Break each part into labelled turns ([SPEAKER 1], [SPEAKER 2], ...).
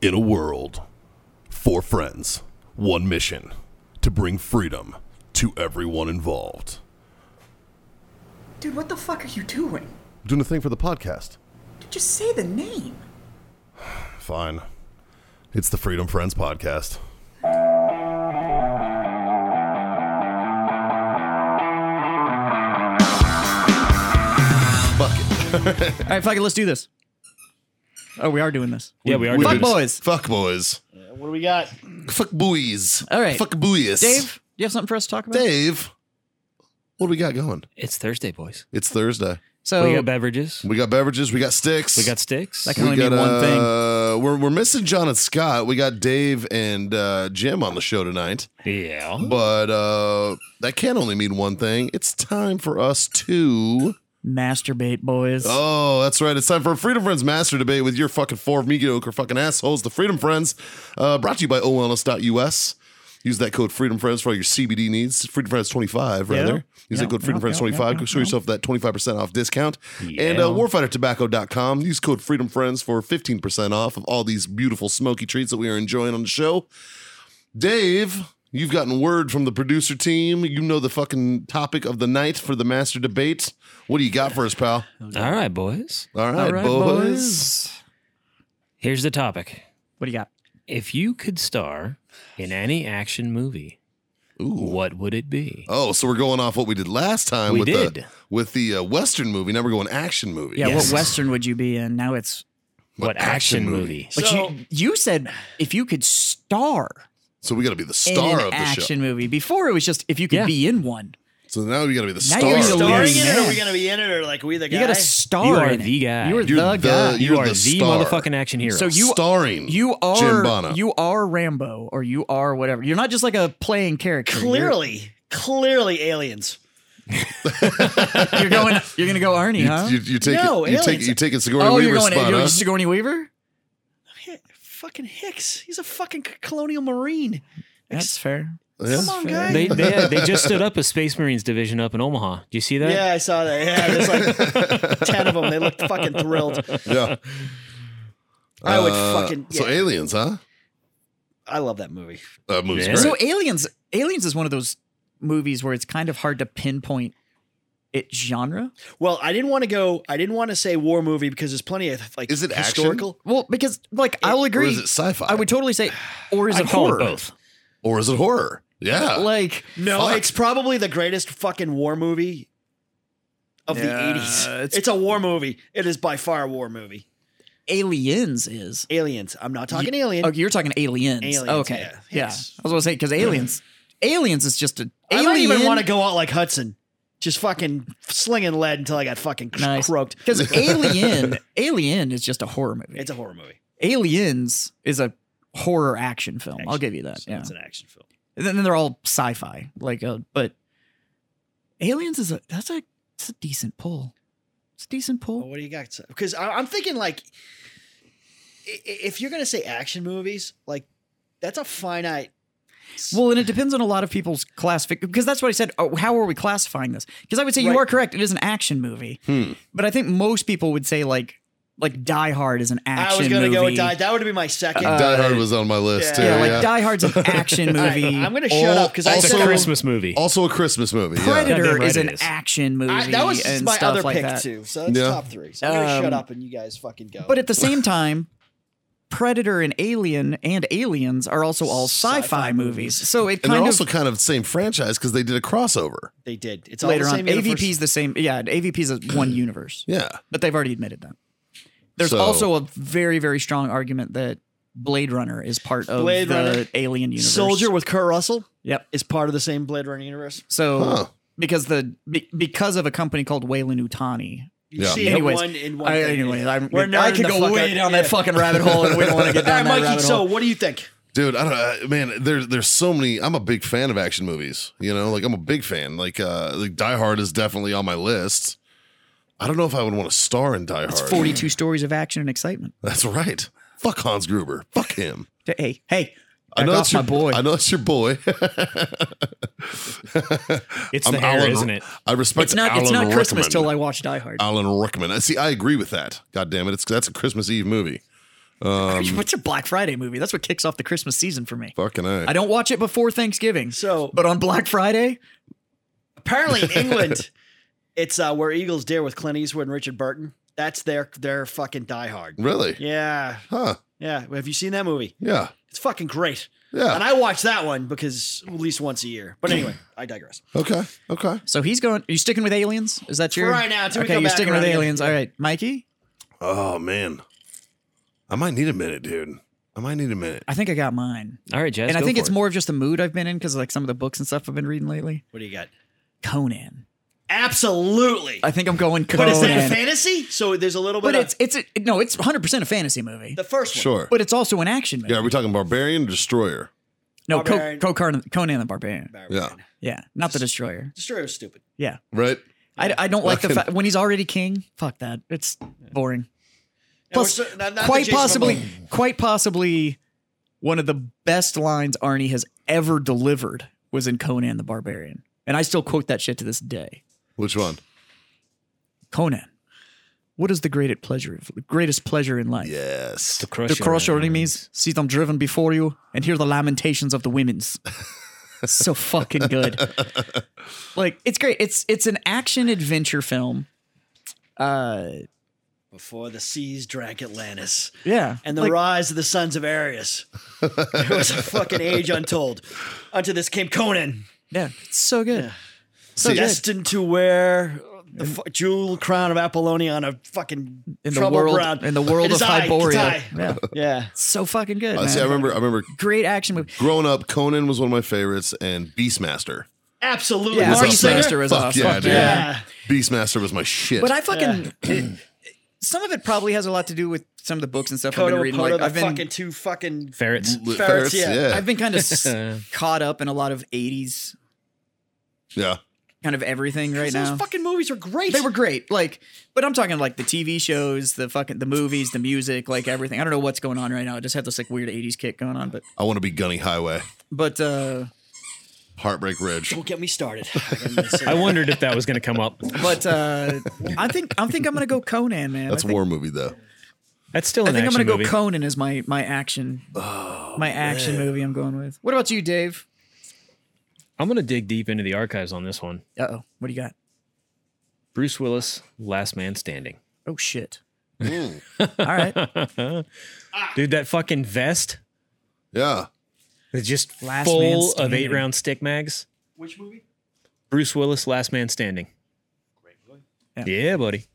[SPEAKER 1] In a world, four friends, one mission to bring freedom to everyone involved.
[SPEAKER 2] Dude, what the fuck are you doing?
[SPEAKER 1] Doing a thing for the podcast.
[SPEAKER 2] Dude, just say the name.
[SPEAKER 1] Fine. It's the Freedom Friends podcast. Fuck it.
[SPEAKER 3] All right, fuck it, let's do this. Oh, we are doing this.
[SPEAKER 4] Yeah, we are
[SPEAKER 3] Fuck
[SPEAKER 4] doing this.
[SPEAKER 3] boys.
[SPEAKER 1] Fuck boys.
[SPEAKER 5] What do we got?
[SPEAKER 1] Fuck boys.
[SPEAKER 3] All right.
[SPEAKER 1] Fuck boys.
[SPEAKER 3] Dave, do you have something for us to talk about?
[SPEAKER 1] Dave. What do we got going?
[SPEAKER 4] It's Thursday, boys.
[SPEAKER 1] It's Thursday.
[SPEAKER 3] So,
[SPEAKER 4] we got beverages.
[SPEAKER 1] We got beverages. We got sticks.
[SPEAKER 4] We got sticks.
[SPEAKER 1] um,
[SPEAKER 3] That can only mean one thing.
[SPEAKER 1] Uh, we're, we're missing John and Scott. We got Dave and uh, Jim on the show tonight,
[SPEAKER 4] yeah.
[SPEAKER 1] but uh, that can only mean one thing. It's time for us to.
[SPEAKER 3] masturbate, boys.
[SPEAKER 1] Oh, that's right. It's time for a Freedom Friends Master Debate with your fucking four mediocre fucking assholes, the Freedom Friends, uh, brought to you by owellness.us. Use that code Freedom Friends for all your CBD needs. Freedom Friends 25, rather. Use
[SPEAKER 3] Yeah,
[SPEAKER 1] that code Freedom
[SPEAKER 3] yeah,
[SPEAKER 1] Friends
[SPEAKER 3] yeah,
[SPEAKER 1] 25.
[SPEAKER 3] yeah,
[SPEAKER 1] Go show yourself that 25% off discount. And
[SPEAKER 4] Yeah.
[SPEAKER 1] uh, warfightertobacco.com. Use code Freedom Friends for 15% off of all these beautiful smoky treats that we are enjoying on the show. Dave, you've gotten word from the producer team. You know the fucking topic of the night for the master debate. What do you got for us, pal?
[SPEAKER 4] All right, boys.
[SPEAKER 1] All right,
[SPEAKER 3] All right,
[SPEAKER 1] boys.
[SPEAKER 4] Here's the topic.
[SPEAKER 3] What do you got?
[SPEAKER 4] If you could star in any action movie,
[SPEAKER 1] Ooh.
[SPEAKER 4] what would it be?
[SPEAKER 1] Oh, so we're going off what we did last time
[SPEAKER 4] We
[SPEAKER 1] with the
[SPEAKER 4] did.
[SPEAKER 1] with the uh, western movie. Now we're going action movie.
[SPEAKER 3] Yeah,
[SPEAKER 4] Yes.
[SPEAKER 3] what Western would you be in? Now it's.
[SPEAKER 4] What, action, movie?
[SPEAKER 3] But
[SPEAKER 5] So-
[SPEAKER 3] you, you said if you could star
[SPEAKER 1] So we got to be the
[SPEAKER 3] in
[SPEAKER 1] star
[SPEAKER 3] an
[SPEAKER 1] of the
[SPEAKER 3] action
[SPEAKER 1] show.
[SPEAKER 3] movie. Before it was just if you could
[SPEAKER 4] Yeah.
[SPEAKER 3] be in one.
[SPEAKER 1] So now we got to be the
[SPEAKER 3] Now
[SPEAKER 1] star.
[SPEAKER 3] you're
[SPEAKER 1] of the
[SPEAKER 3] the
[SPEAKER 5] Starring
[SPEAKER 3] lead
[SPEAKER 1] show.
[SPEAKER 5] in it? Or are we
[SPEAKER 3] man.
[SPEAKER 5] gonna be in it, or like are we the guy?
[SPEAKER 3] You got to star.
[SPEAKER 4] You are
[SPEAKER 3] in it.
[SPEAKER 4] the guy.
[SPEAKER 3] You are
[SPEAKER 1] You're
[SPEAKER 3] the, guy.
[SPEAKER 1] you're
[SPEAKER 4] You are the,
[SPEAKER 1] star.
[SPEAKER 4] motherfucking action hero.
[SPEAKER 3] So you-
[SPEAKER 1] starring.
[SPEAKER 3] You are
[SPEAKER 1] Jim Bono.
[SPEAKER 3] you are Rambo or you are whatever. You're not just like a playing character. You're-
[SPEAKER 5] clearly, clearly aliens.
[SPEAKER 3] you're, going. You're gonna go Arnie,
[SPEAKER 1] you,
[SPEAKER 3] huh?
[SPEAKER 1] you, you take
[SPEAKER 5] No,
[SPEAKER 1] it, you take
[SPEAKER 5] aliens.
[SPEAKER 1] you take it Sigourney
[SPEAKER 3] uh-huh. oh,
[SPEAKER 1] Weaver
[SPEAKER 3] you're going.
[SPEAKER 1] spot,
[SPEAKER 3] You're
[SPEAKER 1] huh?
[SPEAKER 3] just Sigourney Weaver.
[SPEAKER 5] Hi- Fucking Hicks. He's a fucking c- colonial marine.
[SPEAKER 3] That's fair.
[SPEAKER 1] Yeah.
[SPEAKER 5] Come on,
[SPEAKER 3] fair.
[SPEAKER 5] guy.
[SPEAKER 4] they, they, they just stood up a Space Marines division up in Omaha. Do you see that?
[SPEAKER 5] yeah, I saw that. Yeah, there's like ten of them. They looked fucking thrilled.
[SPEAKER 1] Yeah.
[SPEAKER 5] I would
[SPEAKER 1] Uh,
[SPEAKER 5] fucking. Yeah,
[SPEAKER 1] So aliens, huh?
[SPEAKER 5] I love that movie.
[SPEAKER 1] That movie's
[SPEAKER 4] Yeah.
[SPEAKER 1] great.
[SPEAKER 3] So aliens. Aliens is one of those movies where it's kind of hard to pinpoint it genre.
[SPEAKER 5] Well, I didn't want to go. I didn't want to say war movie because there's plenty of like.
[SPEAKER 1] Is it action?
[SPEAKER 5] historical?
[SPEAKER 3] Well, because like I'll
[SPEAKER 1] or
[SPEAKER 3] agree.
[SPEAKER 1] is it sci-fi?
[SPEAKER 3] I would totally say, or is
[SPEAKER 4] I
[SPEAKER 3] it
[SPEAKER 4] call
[SPEAKER 3] horror?
[SPEAKER 4] it both.
[SPEAKER 1] or is it horror? Yeah.
[SPEAKER 3] Like
[SPEAKER 5] No,
[SPEAKER 1] Fuck.
[SPEAKER 5] it's probably the greatest fucking war movie of the
[SPEAKER 3] Nah,
[SPEAKER 5] 80s.
[SPEAKER 3] it's-
[SPEAKER 5] It's, a war movie. It is by far a war movie.
[SPEAKER 3] aliens is.
[SPEAKER 5] Aliens. I'm not talking alien.
[SPEAKER 3] Oh, you're talking aliens.
[SPEAKER 5] Aliens,
[SPEAKER 3] okay.
[SPEAKER 5] yeah. Yes.
[SPEAKER 3] I was gonna say because aliens. Aliens is just a.
[SPEAKER 5] I don't even
[SPEAKER 3] alien-
[SPEAKER 5] want to go out like Hudson. Just fucking slinging lead until I got fucking cr-
[SPEAKER 3] Nice.
[SPEAKER 5] croaked.
[SPEAKER 3] Because Alien, Alien is just a horror movie.
[SPEAKER 5] It's a horror movie.
[SPEAKER 3] Aliens is a horror action film. I'll
[SPEAKER 5] Action.
[SPEAKER 3] give you that.
[SPEAKER 5] So
[SPEAKER 3] yeah.
[SPEAKER 5] It's an action film.
[SPEAKER 3] and then, then they're all sci-fi, like, uh, but Aliens is a that's a it's a decent pull. It's a decent
[SPEAKER 5] Well,
[SPEAKER 3] pull.
[SPEAKER 5] what do you got? Because I'm thinking like, i- i- if you're gonna say action movies, like that's a finite.
[SPEAKER 3] Well, and it depends on a lot of people's classification because that's what I said. Oh, how are we classifying this? Because I would say you
[SPEAKER 5] Right.
[SPEAKER 3] are correct. It is an action movie,
[SPEAKER 1] Hmm.
[SPEAKER 3] but I think most people would say like like Die Hard is an action.
[SPEAKER 5] I was gonna
[SPEAKER 3] movie. Uh,
[SPEAKER 5] go with Die. That would be my second.
[SPEAKER 1] Die Hard was on my list
[SPEAKER 5] yeah.
[SPEAKER 1] too.
[SPEAKER 3] Yeah,
[SPEAKER 1] Yeah,
[SPEAKER 3] like Die Hard's an action
[SPEAKER 5] All right,
[SPEAKER 3] movie.
[SPEAKER 5] I'm gonna shut
[SPEAKER 1] All-
[SPEAKER 5] up because I
[SPEAKER 4] That's
[SPEAKER 1] Also-
[SPEAKER 4] a
[SPEAKER 5] said
[SPEAKER 4] Christmas movie.
[SPEAKER 1] also a Christmas movie. yeah.
[SPEAKER 3] Predator
[SPEAKER 4] Goddamn right
[SPEAKER 3] is
[SPEAKER 4] it
[SPEAKER 3] an
[SPEAKER 4] is.
[SPEAKER 3] action movie.
[SPEAKER 5] I, that was
[SPEAKER 3] and
[SPEAKER 5] my
[SPEAKER 3] stuff
[SPEAKER 5] other
[SPEAKER 3] like
[SPEAKER 5] pick
[SPEAKER 3] that.
[SPEAKER 5] too. So that's
[SPEAKER 1] Yeah.
[SPEAKER 5] top three. So I'm gonna
[SPEAKER 3] Um,
[SPEAKER 5] shut up and you guys fucking go.
[SPEAKER 3] But at the same time, Predator and Alien and Aliens are also all sci-fi,
[SPEAKER 5] Sci-fi
[SPEAKER 3] movies.
[SPEAKER 5] movies.
[SPEAKER 3] So it
[SPEAKER 1] And
[SPEAKER 3] kind
[SPEAKER 1] they're
[SPEAKER 3] of
[SPEAKER 1] also kind of the same franchise because they did a crossover.
[SPEAKER 5] they did. It's all
[SPEAKER 3] later
[SPEAKER 5] the
[SPEAKER 3] on
[SPEAKER 5] same universe.
[SPEAKER 3] AVP's the same. Yeah, AVP's a one universe,
[SPEAKER 1] Yeah.
[SPEAKER 3] but they've already admitted that. There's
[SPEAKER 1] So-
[SPEAKER 3] also a very very strong argument that Blade Runner is part of
[SPEAKER 5] Blade
[SPEAKER 3] the
[SPEAKER 5] Runner.
[SPEAKER 3] Alien universe.
[SPEAKER 5] Soldier with Kurt Russell
[SPEAKER 3] Yep.
[SPEAKER 5] is part of the same Blade Runner universe.
[SPEAKER 3] So
[SPEAKER 1] Huh.
[SPEAKER 3] because the be, because of a company called Wayland Utani,
[SPEAKER 5] You
[SPEAKER 1] Yeah.
[SPEAKER 5] see it
[SPEAKER 3] Anyways,
[SPEAKER 5] one in one.
[SPEAKER 3] I,
[SPEAKER 5] thing.
[SPEAKER 3] anyway, I'm,
[SPEAKER 5] We're
[SPEAKER 3] I
[SPEAKER 5] nerding
[SPEAKER 3] could
[SPEAKER 5] the
[SPEAKER 3] go
[SPEAKER 5] fuck
[SPEAKER 3] way
[SPEAKER 5] out.
[SPEAKER 3] down that
[SPEAKER 5] Yeah.
[SPEAKER 3] fucking rabbit hole, and we don't want to get
[SPEAKER 5] All
[SPEAKER 3] down
[SPEAKER 5] right,
[SPEAKER 3] that
[SPEAKER 5] Mikey.
[SPEAKER 3] rabbit
[SPEAKER 5] So
[SPEAKER 3] hole.
[SPEAKER 5] what do you think?
[SPEAKER 1] Dude, I don't know, man. There's there's so many. I'm a big fan of action movies. You know, like I'm a big fan. Like uh, like Die Hard is definitely on my list. I don't know if I would want to star in Die Hard.
[SPEAKER 3] It's 42 stories of action and excitement.
[SPEAKER 1] That's right. Fuck Hans Gruber. Fuck him.
[SPEAKER 3] Hey, hey,
[SPEAKER 1] I
[SPEAKER 3] back
[SPEAKER 1] know
[SPEAKER 3] off
[SPEAKER 1] it's
[SPEAKER 3] my
[SPEAKER 1] your
[SPEAKER 3] boy.
[SPEAKER 1] I know it's your boy.
[SPEAKER 4] It's
[SPEAKER 1] I'm
[SPEAKER 4] the hair,
[SPEAKER 1] Alan-
[SPEAKER 4] isn't it?
[SPEAKER 1] I respect.
[SPEAKER 3] it's not
[SPEAKER 1] Alan
[SPEAKER 3] it's not
[SPEAKER 1] Rickman.
[SPEAKER 3] Christmas
[SPEAKER 1] Um,
[SPEAKER 3] till I watch Die Hard.
[SPEAKER 1] Alan Rickman. I see. I agree with that. God damn it. It's that's a Christmas Eve movie. Um,
[SPEAKER 3] What's a Black Friday movie? That's what kicks off the Christmas season for me.
[SPEAKER 1] fucking A.
[SPEAKER 3] I don't watch it before Thanksgiving.
[SPEAKER 5] So-
[SPEAKER 3] but on Black Friday,
[SPEAKER 5] Apparently in England, it's uh, where Eagles Dare with Clint Eastwood and Richard Burton. That's their their fucking diehard.
[SPEAKER 1] really?
[SPEAKER 5] Yeah,
[SPEAKER 1] Huh.
[SPEAKER 5] yeah. Have you seen that movie?
[SPEAKER 1] Yeah.
[SPEAKER 5] It's fucking great.
[SPEAKER 1] Yeah.
[SPEAKER 5] And I watch that one because at least once a year. But anyway, I digress.
[SPEAKER 1] okay. Okay.
[SPEAKER 3] so he's going. Are you sticking with aliens? Is that your
[SPEAKER 5] right now, until we
[SPEAKER 3] okay,
[SPEAKER 5] come
[SPEAKER 3] you're
[SPEAKER 5] back
[SPEAKER 3] sticking with
[SPEAKER 5] around again.
[SPEAKER 3] aliens. All right, Mikey.
[SPEAKER 1] Oh man, I might need a minute, dude. I might need a minute.
[SPEAKER 3] I think I got mine,
[SPEAKER 4] All right, Jazz.
[SPEAKER 3] and I
[SPEAKER 4] go
[SPEAKER 3] think
[SPEAKER 4] for
[SPEAKER 3] it's
[SPEAKER 4] it.
[SPEAKER 3] more of just the mood I've been in because like some of the books and stuff I've been reading lately.
[SPEAKER 5] What do you got?
[SPEAKER 3] Conan.
[SPEAKER 5] Absolutely.
[SPEAKER 3] I think I'm going Conan.
[SPEAKER 5] but is that a fantasy? So there's a little bit.
[SPEAKER 3] But
[SPEAKER 5] of,
[SPEAKER 3] it's it's a, no, it's 100 percent a fantasy movie,
[SPEAKER 5] the first one.
[SPEAKER 1] Sure.
[SPEAKER 3] but it's also an action movie.
[SPEAKER 1] Yeah. Are we talking Barbarian or Destroyer?
[SPEAKER 3] no, Co-
[SPEAKER 5] Barbarian.
[SPEAKER 3] Co- Conan, Conan the Barbarian.
[SPEAKER 5] Barry
[SPEAKER 1] Yeah.
[SPEAKER 5] White.
[SPEAKER 3] Yeah, not the Destroyer.
[SPEAKER 5] The story was stupid.
[SPEAKER 3] Yeah,
[SPEAKER 1] Right.
[SPEAKER 3] I, I don't like the
[SPEAKER 1] Fucking-
[SPEAKER 3] fact when he's already king. Fuck that. It's boring.
[SPEAKER 5] Yeah, we're
[SPEAKER 3] Plus,
[SPEAKER 5] so- uh, not- not the
[SPEAKER 3] quite
[SPEAKER 5] Jason
[SPEAKER 3] possibly,
[SPEAKER 5] Momoa.
[SPEAKER 3] quite possibly, one of the best lines Arnie has ever delivered was in Conan the Barbarian, and I still quote that shit to this day.
[SPEAKER 1] Which one?
[SPEAKER 3] Conan, what is the greatest pleasure? Greatest pleasure in life?
[SPEAKER 1] Yes.
[SPEAKER 4] to crush,
[SPEAKER 3] to crush your
[SPEAKER 4] your
[SPEAKER 3] enemies, see them driven before you, and hear the lamentations of the women's. so fucking good. Like it's great. It's it's an action adventure film. Uh,
[SPEAKER 5] Before the seas drank Atlantis
[SPEAKER 3] yeah,
[SPEAKER 5] and the
[SPEAKER 3] Like,
[SPEAKER 5] rise of the sons of Arius, it was a fucking age untold. Unto this came Conan,
[SPEAKER 3] yeah, it's so good.
[SPEAKER 5] Yeah.
[SPEAKER 3] So good.
[SPEAKER 5] destined to wear the fu- jewel crown of Apollonia on a fucking
[SPEAKER 3] in the
[SPEAKER 5] troubled
[SPEAKER 3] world
[SPEAKER 5] brown.
[SPEAKER 3] in the world
[SPEAKER 5] It
[SPEAKER 3] of
[SPEAKER 5] is I,
[SPEAKER 3] Hyboria.
[SPEAKER 5] Katai.
[SPEAKER 3] Yeah.
[SPEAKER 5] Yeah.
[SPEAKER 3] So fucking good.
[SPEAKER 1] Uh,
[SPEAKER 3] man.
[SPEAKER 1] see, I remember. I remember
[SPEAKER 3] Great action movie.
[SPEAKER 1] growing up. Conan was one of my favorites, and Beastmaster.
[SPEAKER 5] Absolutely.
[SPEAKER 3] Yeah,
[SPEAKER 5] Marty
[SPEAKER 1] Fuck
[SPEAKER 5] Singer.
[SPEAKER 3] Beastmaster was
[SPEAKER 1] Fuck
[SPEAKER 3] awesome.
[SPEAKER 1] Yeah,
[SPEAKER 3] Fuck
[SPEAKER 1] dude.
[SPEAKER 3] yeah.
[SPEAKER 5] Yeah.
[SPEAKER 1] Beastmaster was my shit.
[SPEAKER 3] But I fucking it- some of it probably has a lot to do with some of the books and stuff I've
[SPEAKER 5] Kodo
[SPEAKER 3] been
[SPEAKER 5] and
[SPEAKER 3] reading.
[SPEAKER 5] Podo,
[SPEAKER 3] Like,
[SPEAKER 5] the
[SPEAKER 3] I've been
[SPEAKER 5] fucking two fucking.
[SPEAKER 4] ferrets. Uh,
[SPEAKER 1] Li-
[SPEAKER 5] Ferrets, yeah.
[SPEAKER 3] I've been kind of caught up in a lot of '80s
[SPEAKER 1] yeah.
[SPEAKER 3] kind of everything right
[SPEAKER 5] Those
[SPEAKER 3] now.
[SPEAKER 5] fucking movies were great.
[SPEAKER 3] They were great, like, but I'm talking like the TV shows, the fucking the movies, the music, like everything. I don't know what's going on right now. I just have this like weird '80s kick going on, but
[SPEAKER 1] I want to be Gunny Highway,
[SPEAKER 3] but uh
[SPEAKER 1] Heartbreak Ridge.
[SPEAKER 5] Don't get me started.
[SPEAKER 4] I wondered if that was going to come up.
[SPEAKER 3] but uh I think I think I'm gonna go Conan, man.
[SPEAKER 1] That's a
[SPEAKER 3] I think-
[SPEAKER 1] war movie though.
[SPEAKER 4] That's still
[SPEAKER 3] I
[SPEAKER 4] an
[SPEAKER 3] think I'm
[SPEAKER 4] action
[SPEAKER 3] gonna
[SPEAKER 4] movie.
[SPEAKER 3] go
[SPEAKER 4] Oh,
[SPEAKER 3] Conan as my my action my action movie. I'm going with. What about you, Dave?
[SPEAKER 4] I'm going to dig deep into the archives on this one.
[SPEAKER 3] Uh oh, what do you got?
[SPEAKER 4] Bruce Willis, Last Man Standing.
[SPEAKER 3] Oh shit!
[SPEAKER 4] Mm.
[SPEAKER 3] All right,
[SPEAKER 4] Dude, that fucking vest
[SPEAKER 1] Yeah.
[SPEAKER 4] is just
[SPEAKER 3] Last Man
[SPEAKER 4] full of
[SPEAKER 3] Standing.
[SPEAKER 4] eight round stick mags.
[SPEAKER 5] Which movie?
[SPEAKER 4] Bruce Willis, Last Man Standing.
[SPEAKER 3] Yeah.
[SPEAKER 4] Yeah, buddy.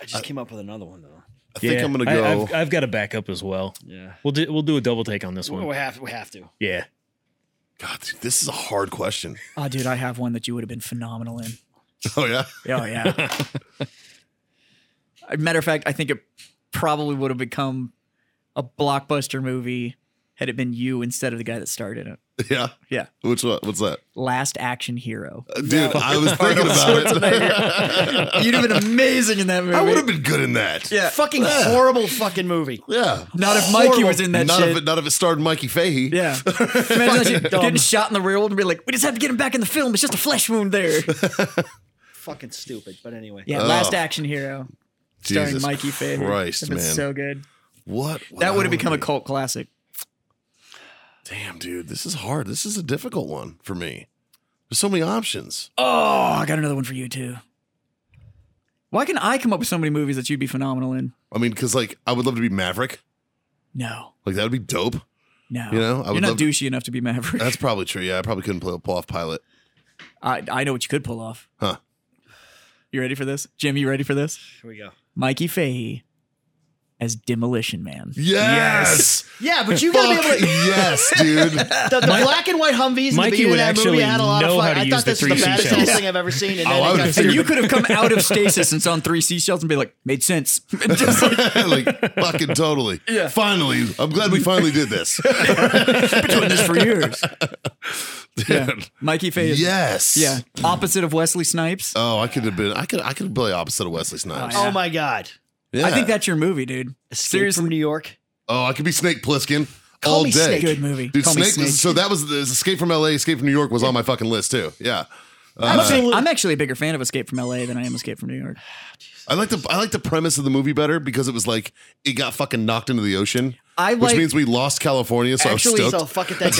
[SPEAKER 5] I
[SPEAKER 3] Uh,
[SPEAKER 5] just came up with another one though.
[SPEAKER 1] I think
[SPEAKER 4] Yeah.
[SPEAKER 1] I'm gonna
[SPEAKER 4] I-
[SPEAKER 1] go.
[SPEAKER 4] I've, I've got a backup as well.
[SPEAKER 5] Yeah.
[SPEAKER 4] We'll do, we'll do a double take on this
[SPEAKER 5] We
[SPEAKER 4] one.
[SPEAKER 5] have we have to.
[SPEAKER 4] Yeah.
[SPEAKER 1] God, dude, this is a hard question.
[SPEAKER 3] oh dude, I have one that you would have been phenomenal in.
[SPEAKER 1] Oh yeah.
[SPEAKER 3] Oh yeah. Matter of fact, I think it probably would have become a blockbuster movie had it been you instead of the guy that started it.
[SPEAKER 1] Yeah.
[SPEAKER 3] Yeah,
[SPEAKER 1] Which one? What's that?
[SPEAKER 3] Last Action Hero.
[SPEAKER 1] Uh, Dude, I was thinking about it.
[SPEAKER 3] You'd have been amazing in that movie.
[SPEAKER 1] I would have been good in that.
[SPEAKER 3] Yeah.
[SPEAKER 5] Fucking horrible fucking movie.
[SPEAKER 1] Yeah.
[SPEAKER 3] Not if Mikey was in that
[SPEAKER 1] None
[SPEAKER 3] shit.
[SPEAKER 1] of it. None of it starred Mikey Fahey.
[SPEAKER 3] Yeah. Imagine that shit getting shot in the real world and be like, we just have to get him back in the film. It's just a flesh wound there.
[SPEAKER 5] Fucking stupid. But anyway.
[SPEAKER 3] Yeah,
[SPEAKER 1] Oh.
[SPEAKER 3] Last Action Hero. Starring
[SPEAKER 1] Jesus
[SPEAKER 3] Mikey Faye.
[SPEAKER 1] Christ, man.
[SPEAKER 3] so good.
[SPEAKER 1] what?
[SPEAKER 3] That would
[SPEAKER 1] would
[SPEAKER 3] have become a
[SPEAKER 1] be-
[SPEAKER 3] cult classic.
[SPEAKER 1] Damn, dude, this is hard. This is a difficult one for me. There's so many options.
[SPEAKER 3] Oh, I got another one for you too. Why can I come up with so many movies that you'd be phenomenal in?
[SPEAKER 1] I mean, because like I would love to be Maverick.
[SPEAKER 3] No,
[SPEAKER 1] Like that would be dope.
[SPEAKER 3] no.
[SPEAKER 1] You know, I
[SPEAKER 3] You're
[SPEAKER 1] would
[SPEAKER 3] not
[SPEAKER 1] love-
[SPEAKER 3] douchey enough to be Maverick.
[SPEAKER 1] That's probably true. Yeah, I probably couldn't play, pull off pilot.
[SPEAKER 3] I, I know what you could pull off.
[SPEAKER 1] Huh.
[SPEAKER 3] You ready for this? Jim, you ready for this?
[SPEAKER 5] Here we go.
[SPEAKER 3] Mikey Fahey as Demolition Man.
[SPEAKER 1] Yes.
[SPEAKER 5] Yeah, but you gotta be able
[SPEAKER 1] Fuck
[SPEAKER 5] to
[SPEAKER 1] yes, dude.
[SPEAKER 5] the, the black and white Humvees in
[SPEAKER 4] Mikey
[SPEAKER 5] the beginning
[SPEAKER 4] would
[SPEAKER 5] of that
[SPEAKER 4] actually
[SPEAKER 5] movie. I had a lot of
[SPEAKER 4] know
[SPEAKER 5] fun.
[SPEAKER 4] how to
[SPEAKER 5] I
[SPEAKER 4] use
[SPEAKER 5] thought
[SPEAKER 4] the
[SPEAKER 5] this was the
[SPEAKER 4] three
[SPEAKER 5] baddest
[SPEAKER 4] seashells.
[SPEAKER 5] thing I've ever seen. And
[SPEAKER 1] Oh,
[SPEAKER 5] then
[SPEAKER 1] I
[SPEAKER 5] it
[SPEAKER 1] would
[SPEAKER 5] got
[SPEAKER 1] have been-
[SPEAKER 3] And you could have come out of stasis and on three seashells and be like, made sense. Just like,
[SPEAKER 1] like fucking totally. Yeah. Finally, I'm glad we finally did this.
[SPEAKER 3] doing this for years. Yeah.
[SPEAKER 1] Dude.
[SPEAKER 3] Mikey Faye. is-
[SPEAKER 1] Yes.
[SPEAKER 3] Yeah. Opposite of Wesley Snipes.
[SPEAKER 1] Oh, I could have been. I could. I could play opposite of Wesley Snipes.
[SPEAKER 5] Oh my god.
[SPEAKER 1] Yeah.
[SPEAKER 3] I think that's your movie, dude.
[SPEAKER 5] Escape
[SPEAKER 3] Seriously.
[SPEAKER 5] from New York.
[SPEAKER 1] Oh, I could be Snake Plissken
[SPEAKER 5] Call
[SPEAKER 1] all
[SPEAKER 5] me
[SPEAKER 1] day.
[SPEAKER 5] Snake.
[SPEAKER 3] Good movie.
[SPEAKER 1] Dude,
[SPEAKER 3] Call me
[SPEAKER 1] Snake,
[SPEAKER 3] Snake.
[SPEAKER 1] So that was the Escape from L.A. Escape from New York was on my fucking list too. Yeah.
[SPEAKER 3] I'm, actually, Uh, I'm actually a bigger fan of Escape from LA than I am Escape from New York.
[SPEAKER 1] I like the I like the premise of the movie better because it was like it got fucking knocked into the ocean.
[SPEAKER 3] I
[SPEAKER 1] which
[SPEAKER 3] like-
[SPEAKER 1] means we lost California, so
[SPEAKER 3] Actually,
[SPEAKER 1] I was
[SPEAKER 5] So
[SPEAKER 1] stoked.
[SPEAKER 5] fuck it, that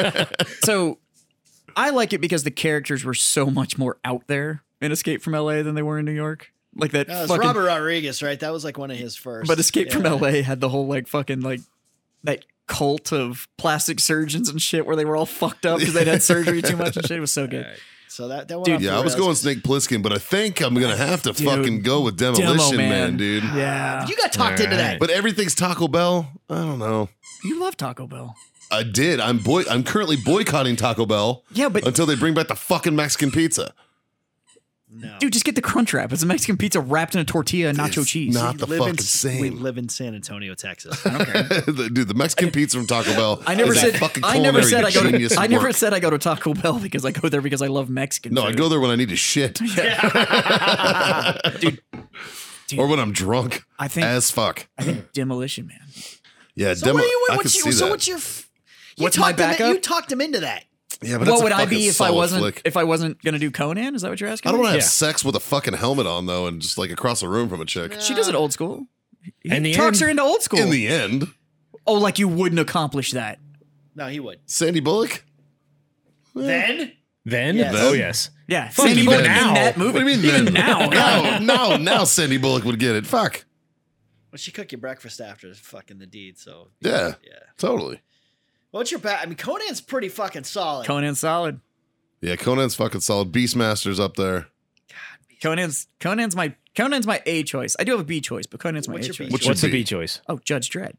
[SPEAKER 5] guy.
[SPEAKER 3] So I like it because the characters were so much more out there in Escape from LA than they were in New York. Like that
[SPEAKER 5] That was
[SPEAKER 3] fucking
[SPEAKER 5] Robert Rodriguez, right? That was like one of his first.
[SPEAKER 3] But Escape
[SPEAKER 5] Yeah.
[SPEAKER 3] from LA had the whole like fucking like that cult of plastic surgeons and shit where they were all fucked up because they'd had surgery too much and shit. It was so good.
[SPEAKER 5] So that that one.
[SPEAKER 3] Dude,
[SPEAKER 5] off the
[SPEAKER 1] yeah, I was
[SPEAKER 5] rails.
[SPEAKER 1] going Snake Plissken, but I think I'm gonna have to
[SPEAKER 3] Dude,
[SPEAKER 1] fucking go with Demolition
[SPEAKER 3] Demo
[SPEAKER 1] Man.
[SPEAKER 3] Man.
[SPEAKER 1] dude.
[SPEAKER 3] Yeah.
[SPEAKER 5] You got talked
[SPEAKER 4] All
[SPEAKER 5] into that.
[SPEAKER 4] right.
[SPEAKER 1] But everything's Taco Bell. I don't know.
[SPEAKER 3] You love Taco Bell.
[SPEAKER 1] I did. I'm boy. I'm currently boycotting Taco Bell
[SPEAKER 3] Yeah, but
[SPEAKER 1] until they bring back the fucking Mexican pizza.
[SPEAKER 5] No.
[SPEAKER 3] dude, just get the crunch wrap. It's a Mexican pizza wrapped in a tortilla and nacho
[SPEAKER 1] It's
[SPEAKER 3] cheese.
[SPEAKER 1] not the
[SPEAKER 5] live
[SPEAKER 1] fucking
[SPEAKER 5] in, We
[SPEAKER 1] same.
[SPEAKER 5] live in San Antonio, Texas.
[SPEAKER 1] The- dude, the Mexican pizza from Taco Bell.
[SPEAKER 3] I never
[SPEAKER 1] is a
[SPEAKER 3] said
[SPEAKER 1] Fucking
[SPEAKER 3] I never said I
[SPEAKER 1] culinary
[SPEAKER 3] go
[SPEAKER 1] genius
[SPEAKER 3] to I never
[SPEAKER 1] work.
[SPEAKER 3] said I go to Taco Bell because I go there because I love Mexican.
[SPEAKER 1] No, I
[SPEAKER 3] food.
[SPEAKER 1] go there when I need to shit. Or when I'm drunk
[SPEAKER 3] I think
[SPEAKER 1] as fuck.
[SPEAKER 3] I think Demolition Man.
[SPEAKER 1] Yeah,
[SPEAKER 5] so
[SPEAKER 1] demo.
[SPEAKER 5] what do you?
[SPEAKER 1] I
[SPEAKER 5] What's
[SPEAKER 1] could
[SPEAKER 5] your?
[SPEAKER 1] see
[SPEAKER 5] So
[SPEAKER 1] that.
[SPEAKER 5] what's your? f- You
[SPEAKER 3] What's my
[SPEAKER 5] talked him in-
[SPEAKER 3] backup?
[SPEAKER 5] you talked him into that.
[SPEAKER 1] yeah, but that's
[SPEAKER 3] What
[SPEAKER 1] a
[SPEAKER 3] would I
[SPEAKER 1] fucking
[SPEAKER 3] be if I
[SPEAKER 1] solid
[SPEAKER 3] wasn't
[SPEAKER 1] flick.
[SPEAKER 3] if I wasn't gonna do Conan? Is that what you're asking?
[SPEAKER 1] I don't
[SPEAKER 3] me?
[SPEAKER 1] want to have
[SPEAKER 4] Yeah.
[SPEAKER 1] sex with a fucking helmet on though, and just like across the room from a chick.
[SPEAKER 3] She does it old school. He
[SPEAKER 4] In the
[SPEAKER 3] talks
[SPEAKER 4] end-
[SPEAKER 3] her into old school.
[SPEAKER 1] In the end,
[SPEAKER 3] oh, like you wouldn't accomplish that.
[SPEAKER 5] No, he would.
[SPEAKER 1] Sandy Bullock.
[SPEAKER 4] Then? Then?
[SPEAKER 5] Yes.
[SPEAKER 4] Oh, yes.
[SPEAKER 3] Yeah,
[SPEAKER 4] Fuck
[SPEAKER 3] Sandy
[SPEAKER 1] you,
[SPEAKER 3] Bullock in
[SPEAKER 4] now.
[SPEAKER 3] that movie.
[SPEAKER 1] What do you mean
[SPEAKER 3] Even
[SPEAKER 1] then?
[SPEAKER 3] now?
[SPEAKER 1] now, now, now, Sandy Bullock would get it. Fuck
[SPEAKER 5] Well, she cooked your breakfast after fucking the deed. So
[SPEAKER 1] yeah,
[SPEAKER 5] yeah.
[SPEAKER 1] totally.
[SPEAKER 5] What's your back? I mean, Conan's pretty fucking solid.
[SPEAKER 3] Conan's solid.
[SPEAKER 1] Yeah, Conan's fucking solid. Beastmaster's up there.
[SPEAKER 3] Conan's Conan's my Conan's my A choice. I do have a B choice, but Conan's my
[SPEAKER 5] What's
[SPEAKER 3] A
[SPEAKER 5] your
[SPEAKER 3] choice.
[SPEAKER 5] B Which choice?
[SPEAKER 4] What's the
[SPEAKER 1] would be-
[SPEAKER 4] B choice?
[SPEAKER 3] Oh, Judge Dredd.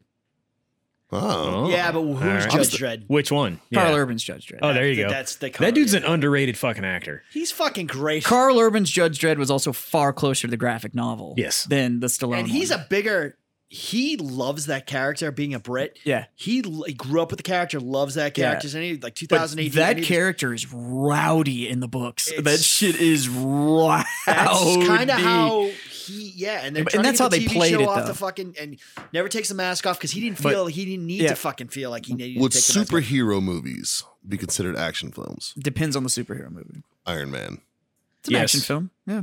[SPEAKER 1] Oh,
[SPEAKER 5] yeah, but
[SPEAKER 4] All
[SPEAKER 5] who's
[SPEAKER 4] right.
[SPEAKER 5] Judge Dredd?
[SPEAKER 4] Which one?
[SPEAKER 3] Carl
[SPEAKER 4] Yeah.
[SPEAKER 3] Urban's Judge Dredd.
[SPEAKER 4] Oh, there you
[SPEAKER 5] That-
[SPEAKER 4] go.
[SPEAKER 5] that's the Conan,
[SPEAKER 4] that dude's an
[SPEAKER 5] yeah.
[SPEAKER 4] underrated fucking actor.
[SPEAKER 5] He's fucking great.
[SPEAKER 3] Carl Urban's Judge Dredd was also far closer to the graphic novel
[SPEAKER 4] Yes.
[SPEAKER 3] than the Stallone.
[SPEAKER 5] and he's
[SPEAKER 3] one.
[SPEAKER 5] a bigger. He loves that character, being a Brit.
[SPEAKER 3] Yeah.
[SPEAKER 5] he, l- he grew up with the character, loves that
[SPEAKER 3] Yeah.
[SPEAKER 5] character. And he like
[SPEAKER 3] but
[SPEAKER 5] 2018.
[SPEAKER 3] that
[SPEAKER 5] and he was-
[SPEAKER 3] character is rowdy in the books. That
[SPEAKER 5] It's-
[SPEAKER 3] shit is rowdy.
[SPEAKER 5] That's kind of how he, yeah, and,
[SPEAKER 3] And-
[SPEAKER 5] they're
[SPEAKER 3] and
[SPEAKER 5] trying
[SPEAKER 3] that's
[SPEAKER 5] to get
[SPEAKER 3] how
[SPEAKER 5] the
[SPEAKER 3] they
[SPEAKER 5] TV
[SPEAKER 3] played
[SPEAKER 5] show
[SPEAKER 3] it,
[SPEAKER 5] off
[SPEAKER 3] though.
[SPEAKER 5] the fucking and never takes the mask off because he didn't
[SPEAKER 3] But-
[SPEAKER 5] feel he didn't need
[SPEAKER 3] yeah.
[SPEAKER 5] to fucking feel like he needed
[SPEAKER 1] Would
[SPEAKER 5] to take the mask
[SPEAKER 1] superhero movies be considered action films?
[SPEAKER 3] depends on the superhero movie.
[SPEAKER 1] Iron Man.
[SPEAKER 3] It's an
[SPEAKER 4] Yes.
[SPEAKER 3] action film. Yeah.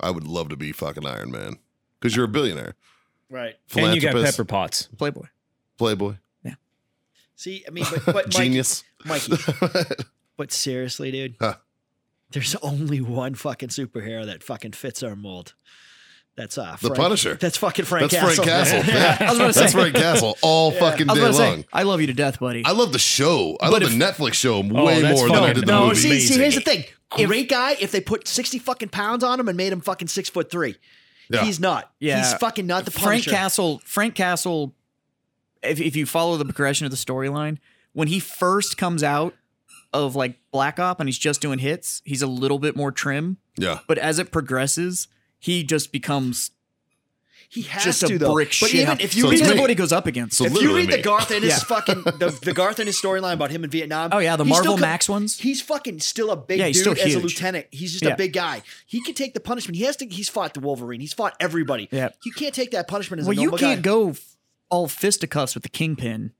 [SPEAKER 1] I would love to be fucking Iron Man because you're a billionaire,
[SPEAKER 5] off. right?
[SPEAKER 4] And you
[SPEAKER 1] philanthropist,
[SPEAKER 4] got Pepper Potts.
[SPEAKER 3] Playboy.
[SPEAKER 1] playboy,
[SPEAKER 5] See, I mean, but, but Mike-
[SPEAKER 1] genius.
[SPEAKER 5] Mikey. But seriously, dude,
[SPEAKER 1] Huh.
[SPEAKER 5] there's only one fucking superhero that fucking fits our mold. That's uh,
[SPEAKER 1] The
[SPEAKER 5] Frank-
[SPEAKER 1] Punisher.
[SPEAKER 5] That's fucking Frank
[SPEAKER 1] That's Frank
[SPEAKER 5] Castle.
[SPEAKER 1] Castle. Yeah.
[SPEAKER 3] I was gonna
[SPEAKER 1] That's
[SPEAKER 3] say-
[SPEAKER 1] Frank Castle all fucking
[SPEAKER 3] I was
[SPEAKER 1] day
[SPEAKER 3] gonna
[SPEAKER 1] long.
[SPEAKER 3] say, I love you to death, buddy.
[SPEAKER 1] I love the show. I love
[SPEAKER 3] But if- Oh,
[SPEAKER 1] the Netflix show way
[SPEAKER 4] that's
[SPEAKER 1] more than I
[SPEAKER 4] fucking-
[SPEAKER 1] did the
[SPEAKER 4] no,
[SPEAKER 1] movie.
[SPEAKER 5] See, see, here's
[SPEAKER 4] Amazing.
[SPEAKER 5] the thing. Great guy. If they put sixty fucking pounds on him and made him fucking six foot three,
[SPEAKER 1] Yeah.
[SPEAKER 5] he's not.
[SPEAKER 3] Yeah.
[SPEAKER 5] he's fucking not the
[SPEAKER 3] Frank
[SPEAKER 5] Punisher.
[SPEAKER 3] Castle. Frank Castle. If, if you follow the progression of the storyline, when he first comes out of like Black Op and he's just doing hits, he's a little bit more trim.
[SPEAKER 1] yeah,
[SPEAKER 3] But as it progresses, he just becomes
[SPEAKER 5] He has
[SPEAKER 3] just
[SPEAKER 5] to
[SPEAKER 3] a
[SPEAKER 5] though.
[SPEAKER 3] brick
[SPEAKER 5] but
[SPEAKER 3] shit.
[SPEAKER 5] even
[SPEAKER 3] house.
[SPEAKER 5] if you
[SPEAKER 1] So
[SPEAKER 5] read
[SPEAKER 1] it's
[SPEAKER 3] because
[SPEAKER 1] me.
[SPEAKER 3] of
[SPEAKER 5] the,
[SPEAKER 3] what he goes up against.
[SPEAKER 1] So
[SPEAKER 5] if you
[SPEAKER 1] literally
[SPEAKER 5] read the
[SPEAKER 1] me.
[SPEAKER 5] Garth and his
[SPEAKER 3] Yeah.
[SPEAKER 5] fucking the, the Garth and his storyline about him in Vietnam.
[SPEAKER 3] Oh, yeah, the
[SPEAKER 5] he's still
[SPEAKER 3] Marvel
[SPEAKER 5] co-
[SPEAKER 3] Max ones?
[SPEAKER 5] He's fucking still a big
[SPEAKER 3] Yeah,
[SPEAKER 5] dude
[SPEAKER 3] he's still
[SPEAKER 5] as a
[SPEAKER 3] huge.
[SPEAKER 5] lieutenant. He's just
[SPEAKER 3] Yeah.
[SPEAKER 5] a big guy. He can take the punishment. He has to. He's fought the Wolverine. He's fought everybody.
[SPEAKER 3] Yeah.
[SPEAKER 5] you can't take that punishment as
[SPEAKER 3] well,
[SPEAKER 5] a
[SPEAKER 3] you
[SPEAKER 5] normal
[SPEAKER 3] can't
[SPEAKER 5] guy.
[SPEAKER 3] go f- all fisticuffs with the kingpin.